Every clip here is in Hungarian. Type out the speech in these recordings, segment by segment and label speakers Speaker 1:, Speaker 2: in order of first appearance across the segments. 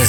Speaker 1: Ez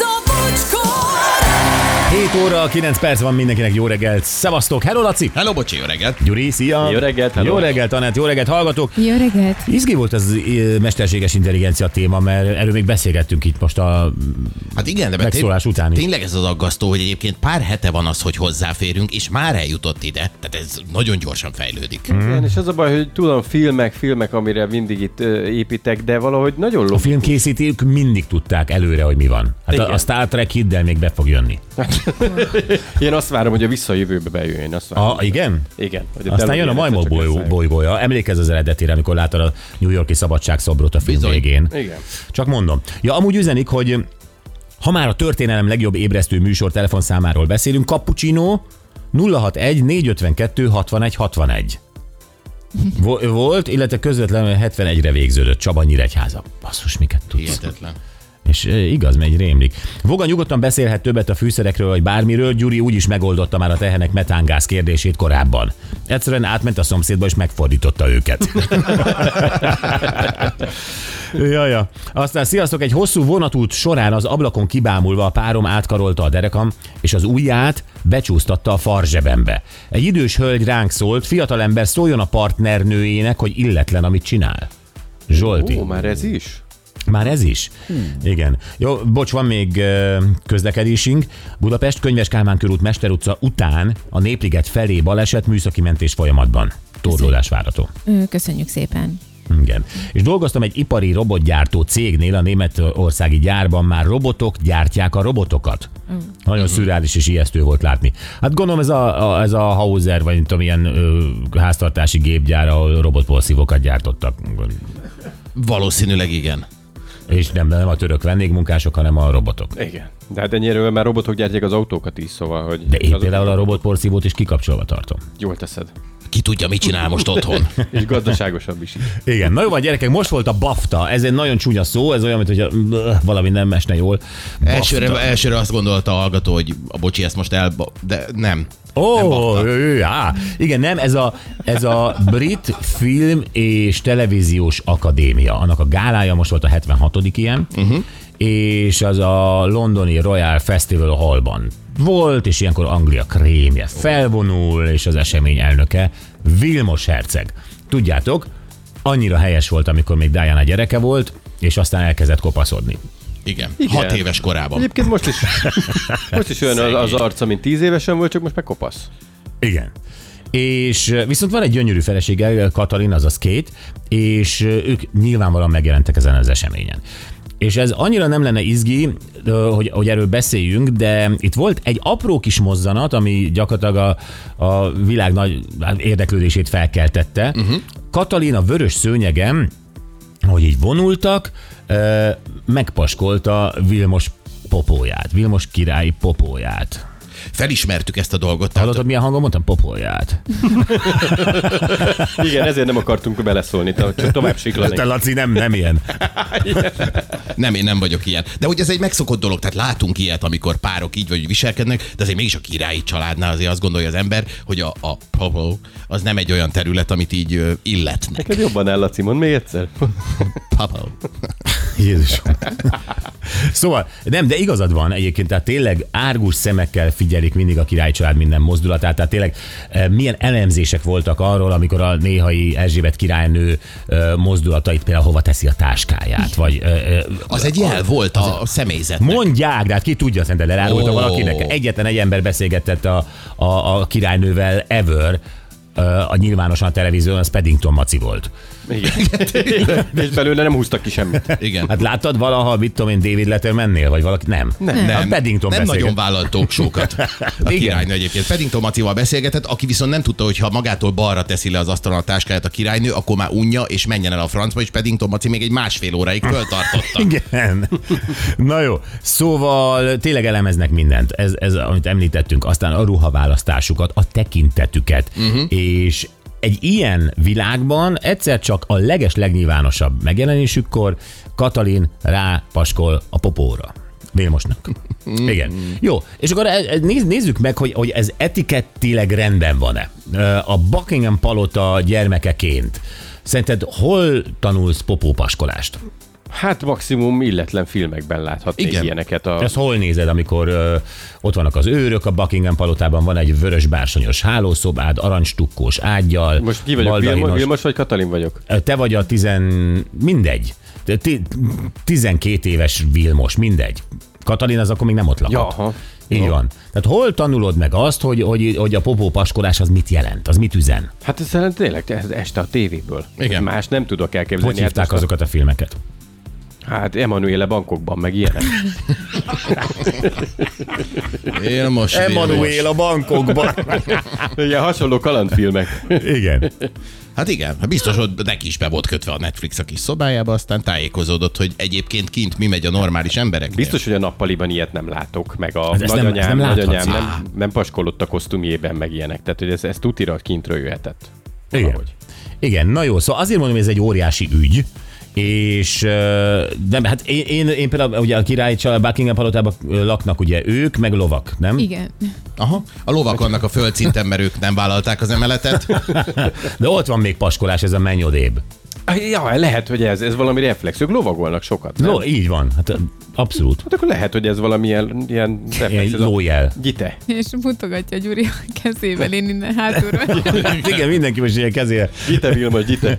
Speaker 2: a bocskor!
Speaker 3: 7 óra, 9 perc van mindenkinek. Jó reggelt, szevasztok! Hello, Laci!
Speaker 4: Hello, bocsi, jó reggelt!
Speaker 3: Gyuri, szia!
Speaker 5: Jó reggelt, hello.
Speaker 3: Jó reggelt, Anett, jó reggelt, hallgatók!
Speaker 6: Jó reggelt!
Speaker 3: Izgi volt az ö, mesterséges intelligencia téma, mert erről még beszélgettünk itt most a...
Speaker 4: Hát igen, de
Speaker 3: Megszólás
Speaker 4: tény-
Speaker 3: után is.
Speaker 4: Tényleg ez az aggasztó, hogy egyébként pár hete van az, hogy hozzáférünk, és már eljutott ide. Tehát ez nagyon gyorsan
Speaker 3: Hm.
Speaker 4: fejlődik.
Speaker 5: Igen, és az a baj, hogy tudom, filmek, filmek, amire mindig itt ö, építek, de valahogy nagyon
Speaker 3: A
Speaker 5: lop.
Speaker 3: filmkészítők mindig tudták előre, hogy mi van. Hát a,
Speaker 5: Igen.
Speaker 3: a Star Trek hiddel még be fog jönni.
Speaker 5: Én azt várom, hogy a visszajövőbe bejöjjön. Én Azt várom.
Speaker 3: A, Ah, igen?
Speaker 5: Igen. Hogy
Speaker 3: Aztán jön a
Speaker 5: elugorjon,
Speaker 3: majmok
Speaker 5: egyszer csak
Speaker 3: bolygó,
Speaker 5: elszáll.
Speaker 3: bolygója. Emlékezz az eredetére, amikor látod a New Yorki szabadságszobrot a film
Speaker 4: Bizony.
Speaker 3: végén.
Speaker 5: Igen.
Speaker 3: Csak mondom. Ja, amúgy üzenik, hogy ha már a történelem legjobb ébresztő műsor telefonszámáról beszélünk, Cappuccino 061 452 61 61. Vo- Volt, illetve közvetlenül 71-re végződött Csaba Nyíregyháza. Basszus, miket tudsz.
Speaker 4: Hihetetlen.
Speaker 3: És e, igaz, megy rémlik. Voga nyugodtan beszélhet többet a fűszerekről, vagy bármiről. Gyuri úgyis megoldotta már a tehenek metángáz kérdését korábban. Egyszerűen átment a szomszédba, és megfordította őket. ja, ja. Aztán sziasztok, egy hosszú vonatút során az ablakon kibámulva a párom átkarolta a derekam, és az ujját becsúsztatta a farzsebembe. Egy idős hölgy ránk szólt, fiatalember szóljon a partnernőjének, hogy illetlen, amit csinál. Zsolti.
Speaker 5: Ó, már ez is?
Speaker 3: Már ez is? Hmm. Igen. Jó, bocs, van még ö, közlekedésünk. Budapest Könyves Kálmán körút Mester utca után a Népliget felé baleset műszaki mentés folyamatban. Torlódás várható.
Speaker 6: Ö, Köszönjük szépen.
Speaker 3: Igen. És dolgoztam egy ipari robotgyártó cégnél a németországi gyárban, már robotok gyártják a robotokat. Nagyon szürreális és ijesztő volt látni. Hát gondolom ez a, a, ez a Hauser, vagy nem tudom, ilyen ö, háztartási gépgyár, ahol robotpolszívokat gyártottak.
Speaker 4: Valószínűleg igen.
Speaker 3: És nem, nem a török vendégmunkások, hanem a robotok.
Speaker 5: Igen. De hát ennyire már robotok gyártják az autókat is, szóval, hogy...
Speaker 3: De én
Speaker 5: azok-
Speaker 3: például a robotporszívót is kikapcsolva tartom.
Speaker 5: Jól teszed.
Speaker 4: Ki tudja, mit csinál most otthon.
Speaker 5: És gazdaságosabb is.
Speaker 3: Igen, na jó van gyerekek, most volt a BAFTA. Ez egy nagyon csúnya szó, ez olyan, mint hogyha bleh, valami nem esne jól. BAFTA.
Speaker 4: Elsőre, elsőre azt gondolta a hallgató, hogy a bocsi ezt most el... De nem. nem
Speaker 3: Ó,
Speaker 4: BAFTA.
Speaker 3: ő, já. igen, nem, ez a, ez a Brit Film és Televíziós Akadémia. Annak a gálája most volt a 76. ilyen, uh-huh. és az a londoni Royal Festival Hallban volt, és ilyenkor Anglia krémje felvonul, és az esemény elnöke Vilmos Herceg. Tudjátok, annyira helyes volt, amikor még Diana gyereke volt, és aztán elkezdett kopaszodni.
Speaker 4: Igen.
Speaker 5: Igen.
Speaker 4: Hat éves korában.
Speaker 5: Egyébként most is, most is olyan az, az arca, mint tíz évesen volt, csak most meg kopasz.
Speaker 3: Igen. És eh, viszont van egy gyönyörű felesége, Katalin, azaz két, és eh, ők nyilvánvalóan megjelentek ezen az eseményen. És ez annyira nem lenne izgi, ö, hogy, hogy erről beszéljünk, de itt volt egy apró kis mozzanat, ami gyakorlatilag a, a világ nagy hát érdeklődését felkeltette. Uh-huh. Katalin a vörös szőnyegem, hogy így vonultak, ö, megpaskolta Vilmos popóját, Vilmos király popóját.
Speaker 4: Felismertük ezt a dolgot. Tehát
Speaker 3: Hallottad, milyen hangon mondtam? Popóját.
Speaker 5: Igen, ezért nem akartunk beleszólni, tehát csak tovább
Speaker 3: Te
Speaker 5: siklani.
Speaker 3: Laci nem, nem ilyen.
Speaker 4: Nem, én nem vagyok ilyen. De hogy ez egy megszokott dolog, tehát látunk ilyet, amikor párok így vagy viselkednek, de azért mégis a királyi családnál azért azt gondolja az ember, hogy a, a popó az nem egy olyan terület, amit így ö, illetnek.
Speaker 5: Neked jobban áll, Laci, mondd még egyszer.
Speaker 4: Popó.
Speaker 3: Jézusom. Szóval, nem, de igazad van egyébként, tehát tényleg árgus szemekkel figyelik mindig a királycsalád minden mozdulatát, tehát tényleg eh, milyen elemzések voltak arról, amikor a néhai Erzsébet királynő eh, mozdulatait például hova teszi a táskáját, vagy eh, eh,
Speaker 4: Az egy jel volt a, a személyzet.
Speaker 3: mondják, de hát ki tudja, szerintem elárulta
Speaker 4: Ó.
Speaker 3: valakinek. Egyetlen egy ember beszélgetett a, a, a királynővel ever, eh, a nyilvánosan a televízión, az Paddington Maci volt.
Speaker 5: Igen. És belőle nem húztak ki semmit.
Speaker 4: Igen.
Speaker 3: Hát
Speaker 4: Hát
Speaker 3: láttad valaha, mit tudom én, David Lettermannél, vagy valaki? Nem.
Speaker 5: Nem.
Speaker 3: A hát Paddington
Speaker 4: nem
Speaker 3: beszélget.
Speaker 4: nagyon vállalt tóksókat. A
Speaker 3: Igen.
Speaker 4: királynő egyébként. Paddington Macival beszélgetett, aki viszont nem tudta, hogy ha magától balra teszi le az asztalon a táskáját a királynő, akkor már unja és menjen el a francba, és Paddington Maci még egy másfél óráig föltartotta.
Speaker 3: Igen. Na jó, szóval tényleg elemeznek mindent. Ez, ez amit említettünk, aztán a ruhaválasztásukat, a tekintetüket, uh-huh. és egy ilyen világban egyszer csak a leges legnyilvánosabb megjelenésükkor Katalin rápaskol a popóra. Vilmosnak. Igen. Jó, és akkor e- e- nézz- nézzük meg, hogy, hogy ez etikettileg rendben van-e. Ö, A Buckingham palota gyermekeként. Szerinted hol tanulsz popópaskolást?
Speaker 5: Hát maximum illetlen filmekben láthatnék
Speaker 4: Igen.
Speaker 5: Igen. ilyeneket. A...
Speaker 3: Ezt hol nézed, amikor ö, ott vannak az őrök a Buckingham palotában, van egy vörös bársonyos hálószobád, arancsstukkós ágyal,
Speaker 5: Most ki vagyok, Vilmos,
Speaker 3: baldahinos-
Speaker 5: Vilmos vagy Katalin vagyok?
Speaker 3: Te vagy a tizen... mindegy. Te- ti- 12 éves Vilmos, mindegy. Katalin az akkor még nem ott lakott.
Speaker 5: Ja, aha.
Speaker 3: Így van. Tehát hol tanulod meg azt, hogy, hogy, hogy a popópaskolás az mit jelent, az mit üzen?
Speaker 5: Hát ez szerintem tényleg ez este a tévéből.
Speaker 4: Igen.
Speaker 5: Más nem tudok elképzelni.
Speaker 3: Hogy hívták
Speaker 5: hát, most-
Speaker 3: azokat a filmeket?
Speaker 5: Hát Emanuele bankokban, meg ilyenek.
Speaker 4: Én most Vilmos.
Speaker 3: a bankokban.
Speaker 5: Ilyen hasonló kalandfilmek.
Speaker 3: Igen.
Speaker 4: Hát igen, hát biztos ott neki is be volt kötve a Netflix a kis szobájába, aztán tájékozódott, hogy egyébként kint mi megy a normális emberek.
Speaker 5: Biztos, hogy a nappaliban ilyet nem látok, meg a
Speaker 3: Ez- ezt nem- ezt
Speaker 5: nagyanyám,
Speaker 3: nem
Speaker 5: Hát nem, nem nagyanyám
Speaker 3: láthatsz.
Speaker 5: nem, nem paskolott a kosztümjében, meg ilyenek. Tehát, hogy ez, ez tutira kintről jöhetett.
Speaker 3: Igen.
Speaker 5: Valahogy.
Speaker 3: Igen, na jó, szóval azért mondom, hogy ez egy óriási ügy, és ö, de hát én, én, én például ugye a királyi család Buckingham palotában ö, laknak ugye ők, meg lovak, nem?
Speaker 6: Igen.
Speaker 4: Aha. A lovak vannak a földszinten, mert ők nem vállalták az emeletet.
Speaker 3: De ott van még paskolás, ez a mennyodéb.
Speaker 5: Ah, Ja, lehet, hogy ez, ez valami reflex. Ők lovagolnak sokat. Nem?
Speaker 3: Ló, így van, hát ö, abszolút.
Speaker 5: Hát akkor lehet, hogy ez valamilyen ilyen reflex.
Speaker 3: Ilyen
Speaker 5: Ez a...
Speaker 3: lójel.
Speaker 5: Gyite.
Speaker 6: És mutogatja Gyuri a kezével, én innen hátulról.
Speaker 3: Hát igen, mindenki most ilyen kezére.
Speaker 5: Gyite, Vilma, gyite.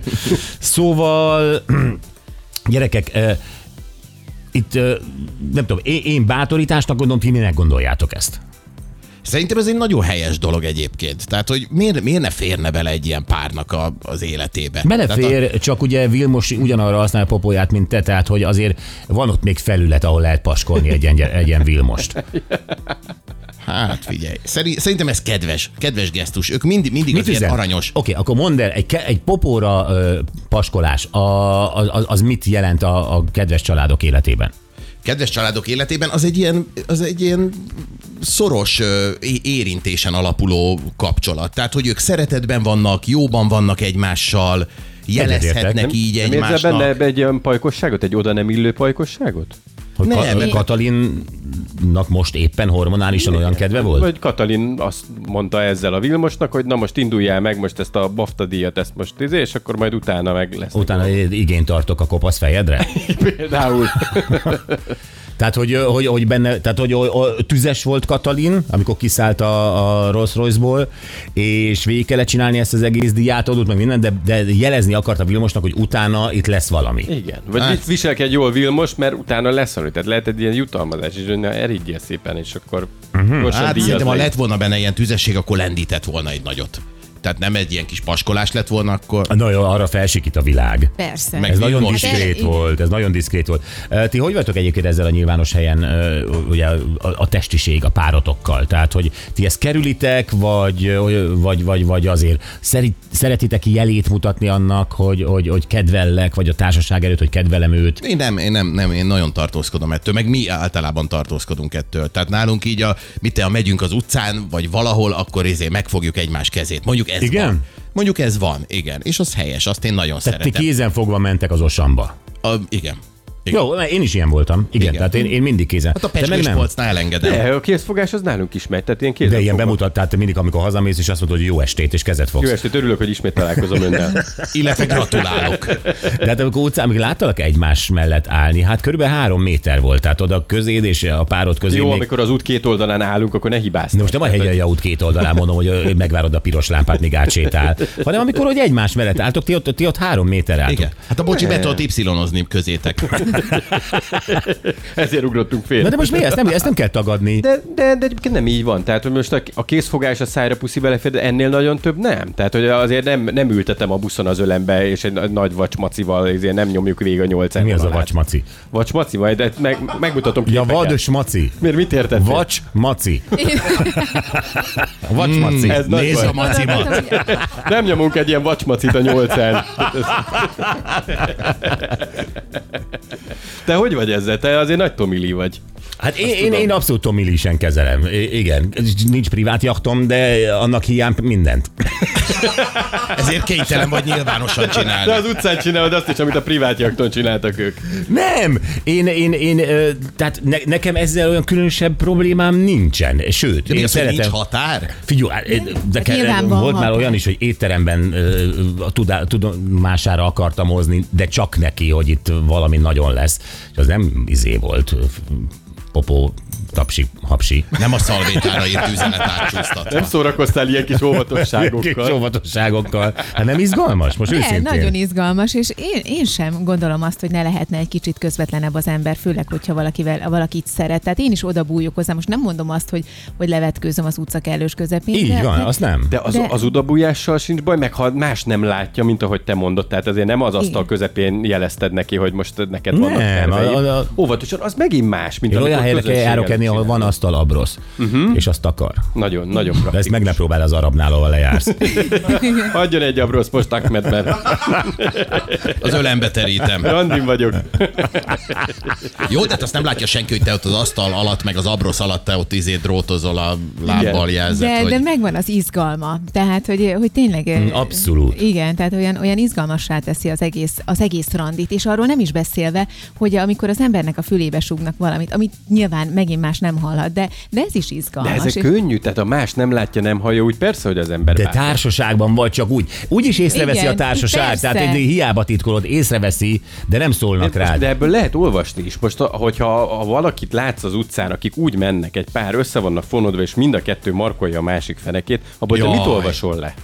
Speaker 3: Szóval, gyerekek, ö, itt ö, nem tudom, én, én bátorításnak gondolom, ti minek gondoljátok ezt?
Speaker 4: Szerintem ez egy nagyon helyes dolog egyébként. Tehát, hogy miért, miért ne férne bele egy ilyen párnak a, az életébe? Tehát
Speaker 3: Belefér, a... csak ugye Vilmos ugyanarra használja popóját, mint te, tehát hogy azért van ott még felület, ahol lehet paskolni egy ilyen, egy ilyen Vilmost.
Speaker 4: a, hát figyelj, szerint, szerintem ez kedves, kedves gesztus. Ők mindig, mindig az ilyen
Speaker 3: üzen?
Speaker 4: aranyos.
Speaker 3: Oké, okay, akkor mondd el, egy, ke- egy popóra ö, paskolás, a, az, az mit jelent a, a kedves családok életében?
Speaker 4: kedves családok életében az egy ilyen, az egy ilyen szoros ö, é- érintésen alapuló kapcsolat. Tehát, hogy ők szeretetben vannak, jóban vannak egymással,
Speaker 3: Egyetértek.
Speaker 4: jelezhetnek így
Speaker 5: Nem érzel
Speaker 4: egymásnak.
Speaker 5: benne egy olyan pajkosságot? Egy oda nem illő pajkosságot?
Speaker 3: Hogy nem,
Speaker 4: Nem,
Speaker 3: Ka-
Speaker 4: én-
Speaker 3: Katalinnak most éppen hormonálisan olyan kedve volt?
Speaker 5: Vagy Katalin azt mondta ezzel a Vilmosnak, hogy na most induljál meg most ezt a BAFTA díjat, ezt most izé, és akkor majd utána meg lesz.
Speaker 3: Utána igényt tartok a kopasz fejedre?
Speaker 5: Például.
Speaker 3: Tehát, hogy, hogy, hogy benne, tehát, hogy o- o- tüzes volt Katalin, amikor kiszállt a, a Rolls Royce-ból, és végig kellett csinálni ezt az egész diátodót, meg mindent, de, de jelezni akarta Vilmosnak, hogy utána itt lesz valami.
Speaker 5: Igen. Vagy hát. viselkedj jól Vilmos, mert utána lesz valami. Tehát lehet egy ilyen jutalmazás, és hogy na, erigyél szépen, és akkor uh-huh. gyorsan
Speaker 4: Hát
Speaker 5: díjazz
Speaker 4: szerintem, ha
Speaker 5: meg.
Speaker 4: lett volna benne ilyen tüzesség, akkor lendített volna egy nagyot. Tehát nem egy ilyen kis paskolás lett volna, akkor...
Speaker 3: Na jó, arra felsikít a világ.
Speaker 6: Persze.
Speaker 4: Meg-
Speaker 3: Ez nagyon
Speaker 4: Vilmos.
Speaker 3: diszkrét
Speaker 6: Igen.
Speaker 3: volt, ez nagyon diszkrét volt. Ö, Ti hogy vagytok egyébként ezzel a nyilvános helyen, ö, ugye a, a testiség, a párotokkal? Tehát, hogy ti ezt kerülitek, vagy, ö, vagy, vagy, vagy azért szeri- szeretitek jelét mutatni annak, hogy, hogy, hogy kedvellek, vagy a társaság előtt, hogy kedvelem őt?
Speaker 4: Én nem, én nem, nem, én nagyon tartózkodom ettől, meg mi általában tartózkodunk ettől. Tehát nálunk így a, mit te, ha megyünk az utcán, vagy valahol, akkor izé megfogjuk egymás kezét. Mondjuk ez
Speaker 3: Igen?
Speaker 4: van. Mondjuk ez van, igen. És az helyes, azt én nagyon
Speaker 3: Tehát ti
Speaker 4: szeretem.
Speaker 3: kézen fogva mentek az osamba.
Speaker 4: A, igen. igen.
Speaker 3: Jó, mert én is ilyen voltam. Igen,
Speaker 4: Igen.
Speaker 3: Igen. tehát én, én mindig kézen.
Speaker 4: Hát a
Speaker 3: Te meg nem.
Speaker 4: pecskőspolcnál elengedem.
Speaker 5: De, a készfogás az nálunk is megy, tehát ilyen kézzel
Speaker 3: De ilyen
Speaker 5: fogom.
Speaker 3: bemutattál, te mindig, amikor hazamész, és azt mondod, hogy jó estét, és kezet fogsz.
Speaker 5: Jó estét, örülök, hogy ismét találkozom önnel.
Speaker 4: Illetve gratulálok.
Speaker 3: De hát amikor utcán, amikor láttalak egymás mellett állni, hát körülbelül három méter volt, tehát oda közéd és a párod közé
Speaker 5: Jó,
Speaker 3: még...
Speaker 5: amikor Hát, az út két oldalán állunk, akkor ne hibázz.
Speaker 3: De most nem a hegyelj út két oldalán mondom, hogy ö, megvárod a piros lámpát, míg átsétál, hanem amikor hogy egymás mellett álltok, ti ott, ti ott három méter álltok.
Speaker 4: Igen. Hát a bocsi be tudott y-ozni közétek.
Speaker 5: Ezért ugrottunk fél.
Speaker 3: Na de most mi ezt nem, ezt nem kell tagadni.
Speaker 5: De, de, de egyébként nem így van. Tehát, hogy most a, a készfogás a szájra puszi belefér, de ennél nagyon több nem. Tehát, hogy azért nem, nem ültetem a buszon az ölembe, és egy nagy- nagy vacsmacival ezért nem nyomjuk végig a nyolc
Speaker 3: Mi az a
Speaker 5: ember alá.
Speaker 3: vacsmaci?
Speaker 5: Vacsmaci? Majd de meg, megmutatom
Speaker 3: Ja,
Speaker 5: képeken.
Speaker 3: vados maci.
Speaker 5: Miért mit értettél?
Speaker 3: Vacs maci.
Speaker 6: Én
Speaker 3: Vacs maci.
Speaker 5: Hmm, ez nagy
Speaker 4: Nézd
Speaker 5: baj.
Speaker 4: a macimat.
Speaker 6: gondoltam, hogy
Speaker 5: Nem nyomunk egy ilyen vacsmacit a nyolcán. Te hogy vagy ezzel? Te azért nagy Tomili vagy.
Speaker 3: Hát én,
Speaker 5: Azt
Speaker 3: én,
Speaker 5: tudom.
Speaker 3: én abszolút tomilisen kezelem. I- igen, nincs privát jachtom, de annak hiány mindent.
Speaker 4: Ezért kénytelen vagy nyilvánosan
Speaker 5: De
Speaker 4: csinálni.
Speaker 5: az utcán csinálod azt is, amit a privát jakton csináltak ők.
Speaker 3: Nem! Én, én, én ö, tehát ne, nekem ezzel olyan különösebb problémám nincsen. Sőt,
Speaker 4: De mi
Speaker 3: én
Speaker 4: az, hogy
Speaker 3: szeretem...
Speaker 4: nincs határ?
Speaker 3: Figyelj, hát, én- de ke-
Speaker 6: nyilván van
Speaker 3: volt már
Speaker 6: határ.
Speaker 3: olyan is, hogy étteremben ö, a tudá- tudomására akartam hozni, de csak neki, hogy itt valami nagyon lesz. És az nem izé volt, ö, f- popó, tapsi, hapsi.
Speaker 4: Nem a szalvétára írt üzenet
Speaker 5: Nem
Speaker 4: átcsúsztatva.
Speaker 5: szórakoztál ilyen kis
Speaker 3: Kis
Speaker 5: óvatosságokkal.
Speaker 3: óvatosságokkal. Hát nem izgalmas? Most
Speaker 6: De,
Speaker 3: őszintén.
Speaker 6: nagyon izgalmas, és én, én sem gondolom azt, hogy ne lehetne egy kicsit közvetlenebb az ember, főleg, hogyha valakivel, valakit szeret. Tehát én is oda bújok hozzá. Most nem mondom azt, hogy, hogy levetkőzöm az utca kellős közepén.
Speaker 3: Így
Speaker 6: de,
Speaker 3: van,
Speaker 6: de,
Speaker 3: azt nem.
Speaker 5: De az, de...
Speaker 6: De-
Speaker 5: az udabújással sincs baj, meg ha más nem látja, mint ahogy te mondod. Tehát azért nem az asztal
Speaker 6: Igen.
Speaker 5: közepén jelezted neki, hogy most neked vannak
Speaker 3: Nem,
Speaker 5: terveid.
Speaker 3: a- a- a-
Speaker 5: Óvatosan, az megint más, mint
Speaker 3: Én
Speaker 5: amikor
Speaker 3: olyan helyre
Speaker 5: közönséget
Speaker 3: járok enni, ahol
Speaker 5: csinál.
Speaker 3: van asztal abrosz,
Speaker 4: Mhm.
Speaker 3: uh-huh. és azt akar.
Speaker 5: Nagyon, nagyon
Speaker 3: De ezt
Speaker 5: praktikus.
Speaker 3: meg ne próbál az arabnál, ahol lejársz.
Speaker 5: Adjon egy abrosz most Ahmed, mert
Speaker 4: Az ölembe terítem.
Speaker 5: randin vagyok.
Speaker 4: Jó, de hát azt nem látja senki, hogy te ott az asztal alatt, meg az abrosz alatt te ott izé drótozol a lábbal jelzett,
Speaker 6: de,
Speaker 4: hogy...
Speaker 6: de megvan az izgalma. Tehát, hogy, hogy tényleg... ö,
Speaker 3: abszolút.
Speaker 6: Igen, tehát olyan, olyan izgalmassá teszi az egész, az egész randit, és arról nem is beszélve, hogy amikor az embernek a fülébe súgnak valamit, amit nyilván megint más nem hallhat, de, de ez is
Speaker 5: De
Speaker 6: izgalmas.
Speaker 5: ezek
Speaker 6: és-
Speaker 5: könnyű, tehát a más nem látja, nem hallja, úgy persze, hogy az ember
Speaker 3: De
Speaker 5: bánt.
Speaker 3: társaságban vagy csak úgy. Úgy is észreveszi
Speaker 6: Igen,
Speaker 3: a társaság,
Speaker 6: persze.
Speaker 3: tehát egy hiába titkolod, észreveszi, de nem szólnak
Speaker 5: Most,
Speaker 3: rád.
Speaker 5: de
Speaker 3: De...
Speaker 5: ebből lehet olvasni is. Most, ha- hogyha ha valakit látsz az utcán, akik úgy mennek, egy pár össze vannak fonodva, és mind a kettő markolja a másik fenekét, abból te
Speaker 4: Jaj.
Speaker 5: mit olvasol le?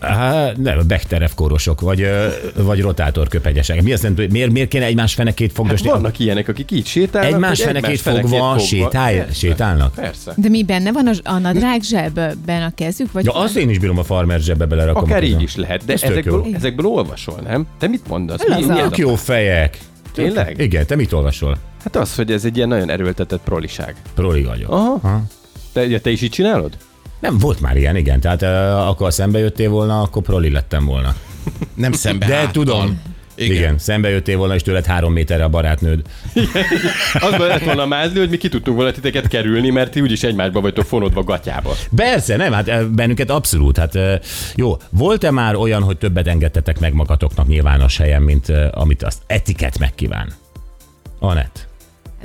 Speaker 3: Há, Hát, nem, Bechterev kórosok, vagy, ö, vagy rotátorköpegyesek. Mi azt jelenti, hogy miért, miért kéne egymás fenekét
Speaker 5: Hát
Speaker 3: fogdosni?
Speaker 5: vannak ilyenek, akik így sétálnak.
Speaker 3: egymás
Speaker 5: hogy
Speaker 3: fenekét fogva, sétál,
Speaker 5: Persze,
Speaker 3: sétálnak.
Speaker 5: Persze.
Speaker 6: De mi benne van a, a nadrág zsebben a kezük? Vagy
Speaker 3: Ja, azt én is bírom a farmer zsebbe belerakom.
Speaker 5: Akár
Speaker 3: közöm.
Speaker 5: így is lehet, de
Speaker 3: Ez tök
Speaker 5: ezekből,
Speaker 3: jó.
Speaker 5: ezekből olvasol, nem? Te mit mondasz?
Speaker 6: Laza.
Speaker 5: ez a-
Speaker 3: Tök jó fejek. Tök-
Speaker 5: Tényleg?
Speaker 3: Igen, te mit olvasol?
Speaker 5: Hát az, hogy ez egy ilyen nagyon erőltetett proliság.
Speaker 3: Proli vagyok.
Speaker 5: Aha. Te, ja, te is így csinálod?
Speaker 3: Nem, volt már ilyen, igen. Tehát uh, akkor szembe jöttél volna, akkor proli lettem volna.
Speaker 4: Nem szembe
Speaker 3: De
Speaker 4: háttal.
Speaker 3: tudom. Igen.
Speaker 4: Igen.
Speaker 3: igen. Szembe jöttél volna, és tőled három méterre a barátnőd.
Speaker 5: Az lett volna mázni, hogy mi ki tudtunk volna titeket kerülni, mert ti úgyis egymásba vagytok fonodva gatyába.
Speaker 3: Persze, nem, hát ö, bennünket abszolút. Hát ö, jó, volt-e már olyan, hogy többet engedtetek meg magatoknak nyilvános helyen, mint ö, amit az etikett megkíván? Anett,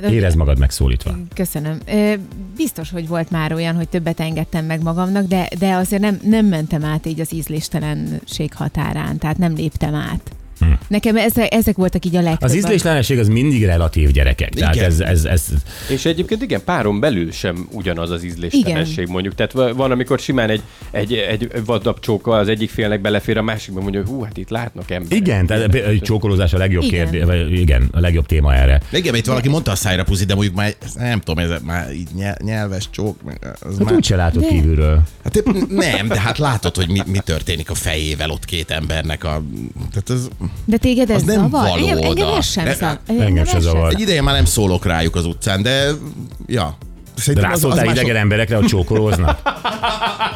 Speaker 6: De-
Speaker 3: érezd magad megszólítva.
Speaker 6: Hát, Köszönöm. Ö, Biztos, hogy volt már olyan, hogy többet engedtem meg magamnak, de, de azért nem, nem mentem át így az ízléstelenség határán, tehát nem léptem át. Hm. Nekem ezek, ezek voltak így a legtöbben.
Speaker 3: Az ízléslenesség az mindig relatív gyerekek. Igen. Tehát
Speaker 4: Igen.
Speaker 3: ez, ez, ez,
Speaker 5: És egyébként igen, páron belül sem ugyanaz az ízléstelenség mondjuk. Tehát va- van, amikor simán egy, egy, egy vaddapcsóka az egyik félnek belefér, a másikban mondja, hogy hú, hát itt látnak emberek.
Speaker 3: igen, tehát pé- a csókolózás a legjobb
Speaker 6: Igen.
Speaker 3: kérdés, igen, a legjobb téma erre. Hát
Speaker 4: De igen, mert itt valaki mondta a szájra puzi, de mondjuk már, ez- nem tudom, ez már így nyel- nyelves csók, meg az
Speaker 3: Hát
Speaker 4: már...
Speaker 3: úgyse látod
Speaker 6: De-
Speaker 3: kívülről.
Speaker 4: Hát épp nem, de hát látod, hogy mi, mi történik a fejével ott két embernek a... Tehát ez...
Speaker 6: De téged ez
Speaker 4: Az nem
Speaker 6: zavar?
Speaker 4: való
Speaker 6: engem, engem
Speaker 4: oda.
Speaker 6: ez sem
Speaker 4: Ne-
Speaker 6: zavar.
Speaker 3: Engem se zavar.
Speaker 4: Egy ideje már nem szólok rájuk az utcán, de... Ja.
Speaker 3: De
Speaker 4: Szerintem
Speaker 3: rászóltál
Speaker 4: mások-
Speaker 3: idegen emberekre, hogy csókolóznak?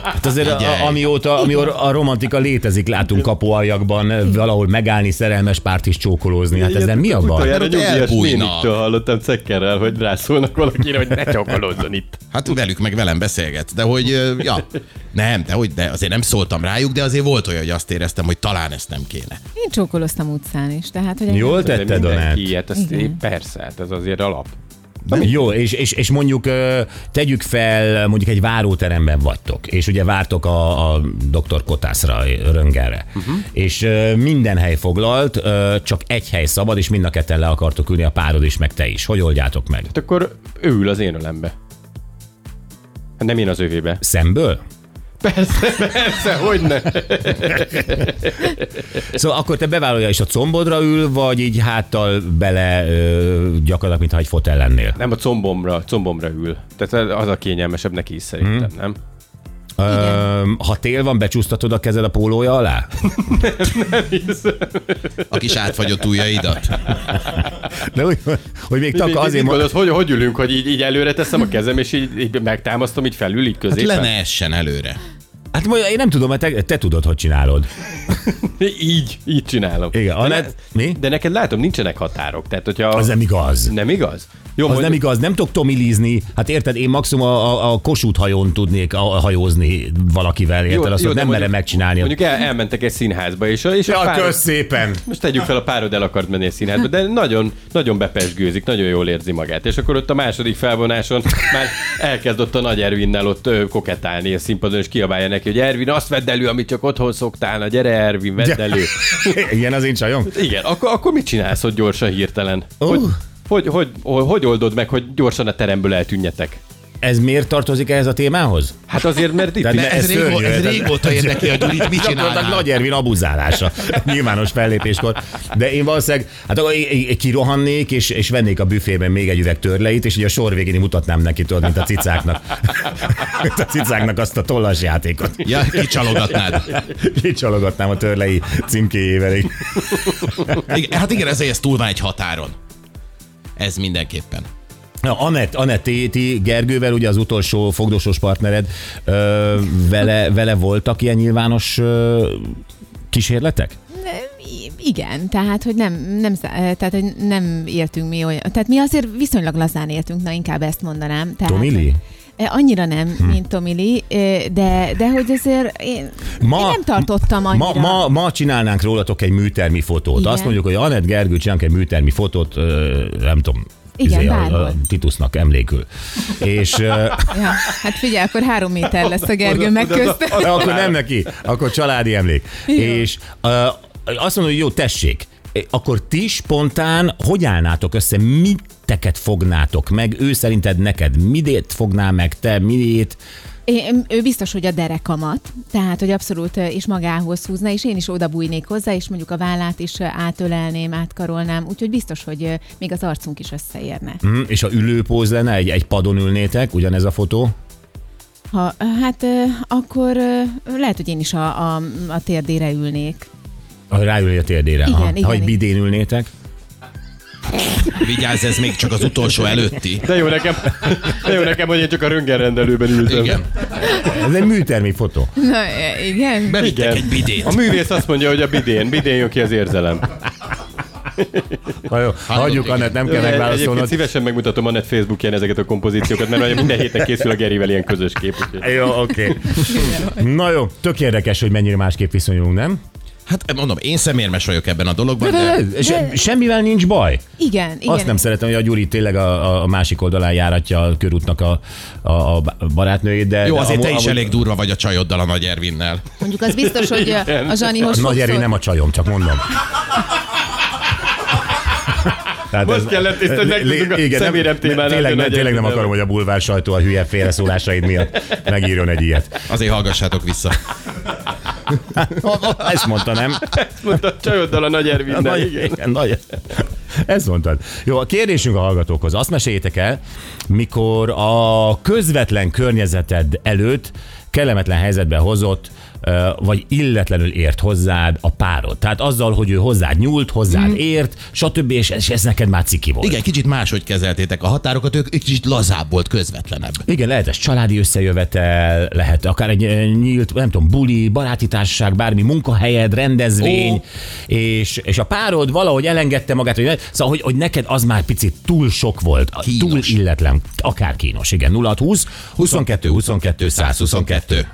Speaker 3: Hát azért, a,
Speaker 4: Figyelj.
Speaker 3: amióta, amióta a romantika létezik, látunk kapualjakban valahol megállni, szerelmes párt is csókolózni. Hát ezzel mi a baj?
Speaker 5: Utoljára
Speaker 4: Mert ott
Speaker 5: nyugdíjas
Speaker 4: elbújnak.
Speaker 5: néniktől hallottam cekkerrel, hogy rászólnak valakire, hogy ne csakolózzon itt.
Speaker 4: Hát velük meg velem beszélget, de hogy, ö, ja, nem, de hogy, de azért nem szóltam rájuk, de azért volt olyan, hogy azt éreztem, hogy talán ezt nem kéne.
Speaker 6: Én csókoloztam utcán is, tehát hogy engem-
Speaker 3: Jól
Speaker 5: De
Speaker 3: tette, Donát?
Speaker 5: mindenki ilyet, azt
Speaker 6: Igen.
Speaker 5: én, persze, hát ez azért alap.
Speaker 3: Jó, és, és, és mondjuk ö, tegyük fel, mondjuk egy váróteremben vagytok, és ugye vártok a, a doktor Kotászra, Röngelre, uh-huh. és ö, minden hely foglalt, ö, csak egy hely szabad, és mind a ketten le akartok ülni, a párod is, meg te is. Hogy oldjátok meg?
Speaker 5: Hát akkor ő ül az én ölembe. Hát nem én az övébe.
Speaker 3: Szemből?
Speaker 5: Persze, persze, hogy ne.
Speaker 3: Szóval akkor te bevállalja és a combodra ül, vagy így háttal bele ö, gyakorlatilag, mintha egy fotel lennél?
Speaker 5: Nem, a combomra, combomra ül. Tehát az a kényelmesebb neki is szerintem,
Speaker 3: Hmm.
Speaker 5: nem?
Speaker 3: Ö, ha tél van, becsúsztatod a kezed a pólója alá?
Speaker 4: A kis átfagyott ujjaidat.
Speaker 3: De úgy, hogy még
Speaker 5: Mit-
Speaker 3: tak,
Speaker 5: mit-
Speaker 3: azért
Speaker 5: mit
Speaker 3: mondom.
Speaker 5: gondolsz, hogy, hogy ülünk, hogy így, így előre teszem a kezem, és így, így megtámasztom, így felül, így
Speaker 4: Hát
Speaker 5: középen?
Speaker 4: le ne essen előre.
Speaker 3: Hát mondja, én nem tudom, mert te, te tudod, hogy csinálod.
Speaker 5: így, így csinálom.
Speaker 3: Igen,
Speaker 5: de,
Speaker 3: Anett, mi?
Speaker 5: de neked látom, nincsenek határok. Tehát, hogyha...
Speaker 3: Az nem igaz.
Speaker 5: Nem igaz? Jó,
Speaker 3: Az nem
Speaker 5: mondjuk-
Speaker 3: igaz, nem tudok tomilízni. Hát érted, én maximum a, a, a Kossuth hajón tudnék a, a hajózni valakivel, érted? Azt
Speaker 5: de
Speaker 3: hogy nem
Speaker 5: mondjuk-
Speaker 3: merem megcsinálni.
Speaker 5: Mondjuk el, elmentek egy színházba, és a, és a párod,
Speaker 3: szépen!
Speaker 5: most tegyük fel, a párod el akart menni egy színházba, de nagyon, nagyon bepesgőzik, nagyon jól érzi magát. És akkor ott a második felvonáson már elkezdett a nagy Ervinnel ott ö, koketálni a színpadon, és kiabálja neki, hogy Ervin, azt vedd elő, amit csak otthon szoktál, na gyere Ervin, vedd elő.
Speaker 3: Ilyen az én csajom?
Speaker 5: Igen, akkor, akkor mit csinálsz ott gyorsan, hirtelen?
Speaker 3: Ó.
Speaker 5: Hogy, hogy, hogy, hogy, hogy oldod meg, hogy gyorsan a teremből eltűnjetek?
Speaker 3: Ez miért tartozik ehhez a témához?
Speaker 5: Hát azért, mert itt
Speaker 3: Tehát
Speaker 5: is-
Speaker 3: ne-
Speaker 4: De ez,
Speaker 3: ez
Speaker 4: ez, régó,
Speaker 3: szörnyű,
Speaker 4: ez
Speaker 3: ez-
Speaker 4: régóta érdekli a Gyurit, mit
Speaker 3: Gyakorlatilag
Speaker 4: csinálnál.
Speaker 3: Nagy Ervin abuzálása nyilvános fellépéskor. De én valószínűleg, hát akkor í- í- kirohannék, és, és vennék a büfében még egy üveg törleit, és ugye a sor végén így mutatnám neki, tudod, mint a cicáknak. Mint a cicáknak azt a tollas játékot.
Speaker 4: Ja, kicsalogatnád.
Speaker 3: Kicsalogatnám a törlei címkéjével. így.
Speaker 4: Igen, hát igen, ezért ez túl van egy határon. Ez mindenképpen.
Speaker 3: Na, Anett, Anett ti, ti Gergővel, ugye az utolsó fogdosos partnered, ö, vele, vele voltak ilyen nyilvános ö, kísérletek?
Speaker 6: I- Igen, tehát, hogy nem, nem, szá- eh, tehát, hogy nem éltünk mi olyan. Tehát mi azért viszonylag lazán éltünk, na inkább ezt mondanám. Tehát,
Speaker 3: Tomili?
Speaker 6: Eh, Annyira nem, mint Tomili, eh, de, de hogy azért én,
Speaker 3: Ma-
Speaker 6: ma, én nem tartottam
Speaker 3: Ma,
Speaker 6: annyira.
Speaker 3: ma, ma csinálnánk rólatok egy műtermi fotót. Igen.
Speaker 6: Igen.
Speaker 3: Azt mondjuk, hogy Anett Gergő csinálunk egy műtermi fotót, ö, nem tudom, izé,
Speaker 6: Igen,
Speaker 3: a,
Speaker 6: bárhol.
Speaker 3: a Titusnak emlékül. És ö,
Speaker 6: Ja, hát figyelj, akkor három méter lesz a Gergő
Speaker 5: Oda-
Speaker 6: meg
Speaker 5: oda-
Speaker 6: közt.
Speaker 5: oda-
Speaker 3: akkor nem neki, akkor családi emlék. És ö, azt mondom, hogy jó, tessék, akkor ti spontán hogy állnátok össze, mit teket fognátok meg, ő szerinted neked midét fognál meg, te midét,
Speaker 6: Én, ő biztos, hogy a derekamat, tehát, hogy abszolút ö, is magához húzna, és én is oda bújnék hozzá, és mondjuk a vállát is ö, átölelném, átkarolnám, úgyhogy biztos, hogy ö, még az arcunk is összeérne.
Speaker 3: Hm, és ha ülőpóz lenne, egy, egy padon ülnétek, ugyanez a fotó,
Speaker 6: Ha, hát ö, akkor ö, lehet, hogy én is a, a, a térdére ülnék.
Speaker 3: ha ráülj a térdére,
Speaker 6: Igen,
Speaker 3: ha,
Speaker 6: igen,
Speaker 3: ha egy
Speaker 6: igen.
Speaker 3: bidén ülnétek.
Speaker 4: Vigyázz, ez még csak az utolsó előtti.
Speaker 5: De jó nekem, de jó nekem, hogy én csak a röntgenrendelőben ültem.
Speaker 4: Igen.
Speaker 3: Ez egy műtermi fotó.
Speaker 6: Na, ö, igen.
Speaker 4: Bevittek
Speaker 5: Igen.
Speaker 4: egy bidét.
Speaker 5: A művész azt mondja, hogy a bidén, bidén jön ki az érzelem.
Speaker 3: Ha jó, hagyjuk,
Speaker 4: igen.
Speaker 3: Anett, nem kell
Speaker 5: Egy- Egyébként
Speaker 3: megválaszolnod.
Speaker 5: szívesen megmutatom a net Facebookján ezeket a kompozíciókat, mert nagyon minden héten készül a Gerivel ilyen közös kép. úgyhogy-
Speaker 3: Jó, oké. Na jó, tök érdekes, hogy mennyire másképp viszonyulunk, nem?
Speaker 4: Hát mondom, én szemérmes vagyok ebben a dologban, de
Speaker 3: Se, semmivel nincs baj.
Speaker 6: Igen, igen.
Speaker 3: Igen. Azt nem szeretem, hogy a Gyuri tényleg a, a- a másik oldalán járatja a körútnak a, a, a barátnőjét, de...
Speaker 4: jó,
Speaker 3: de
Speaker 4: azért
Speaker 3: amú-
Speaker 4: te is
Speaker 3: amúgy-
Speaker 4: elég durva vagy a csajoddal, a Nagy Ervinnel.
Speaker 6: Mondjuk az biztos, hogy ö, a Zsanihoz
Speaker 3: Nagy Eri nem a csajom, csak mondom. Tehát
Speaker 5: Most kellett észre, hogy megtudunk a személyem témánál, de
Speaker 3: tényleg, nem,
Speaker 5: Nagy
Speaker 3: tényleg nem
Speaker 5: Eri
Speaker 3: akarom, hogy a bulvár sajtó a hülye félreszólásaid miatt megírjon egy ilyet.
Speaker 4: Azért hallgassátok vissza.
Speaker 3: Ezt mondta, nem?
Speaker 5: Mondta csajoddal a nagy Ervinnel.
Speaker 3: Nagy,
Speaker 5: igen.
Speaker 3: igen, nagy. Ezt mondtad. Jó, a kérdésünk a hallgatókhoz. Azt meséljétek el, mikor a közvetlen környezeted előtt kellemetlen helyzetbe hozott, ö, vagy illetlenül ért hozzád a párod. Tehát azzal, hogy ő hozzád nyúlt, hozzád ért, stb. És ez, és ez neked már ciki volt.
Speaker 4: Igen, kicsit máshogy kezeltétek a határokat, ők egy kicsit lazább volt, közvetlenebb.
Speaker 3: Igen, lehet ez családi összejövetel, lehet akár egy ö, nyílt, nem tudom, buli, baráti társaság, bármi munkahelyed, rendezvény,
Speaker 4: Ó.
Speaker 3: és, és a párod valahogy elengedte magát, hogy, ne, szóval, hogy, hogy neked az már picit túl sok volt, a-
Speaker 4: Kínos.
Speaker 3: túl illetlen, akár kínos, igen, 0620 22 22 122.
Speaker 4: 122.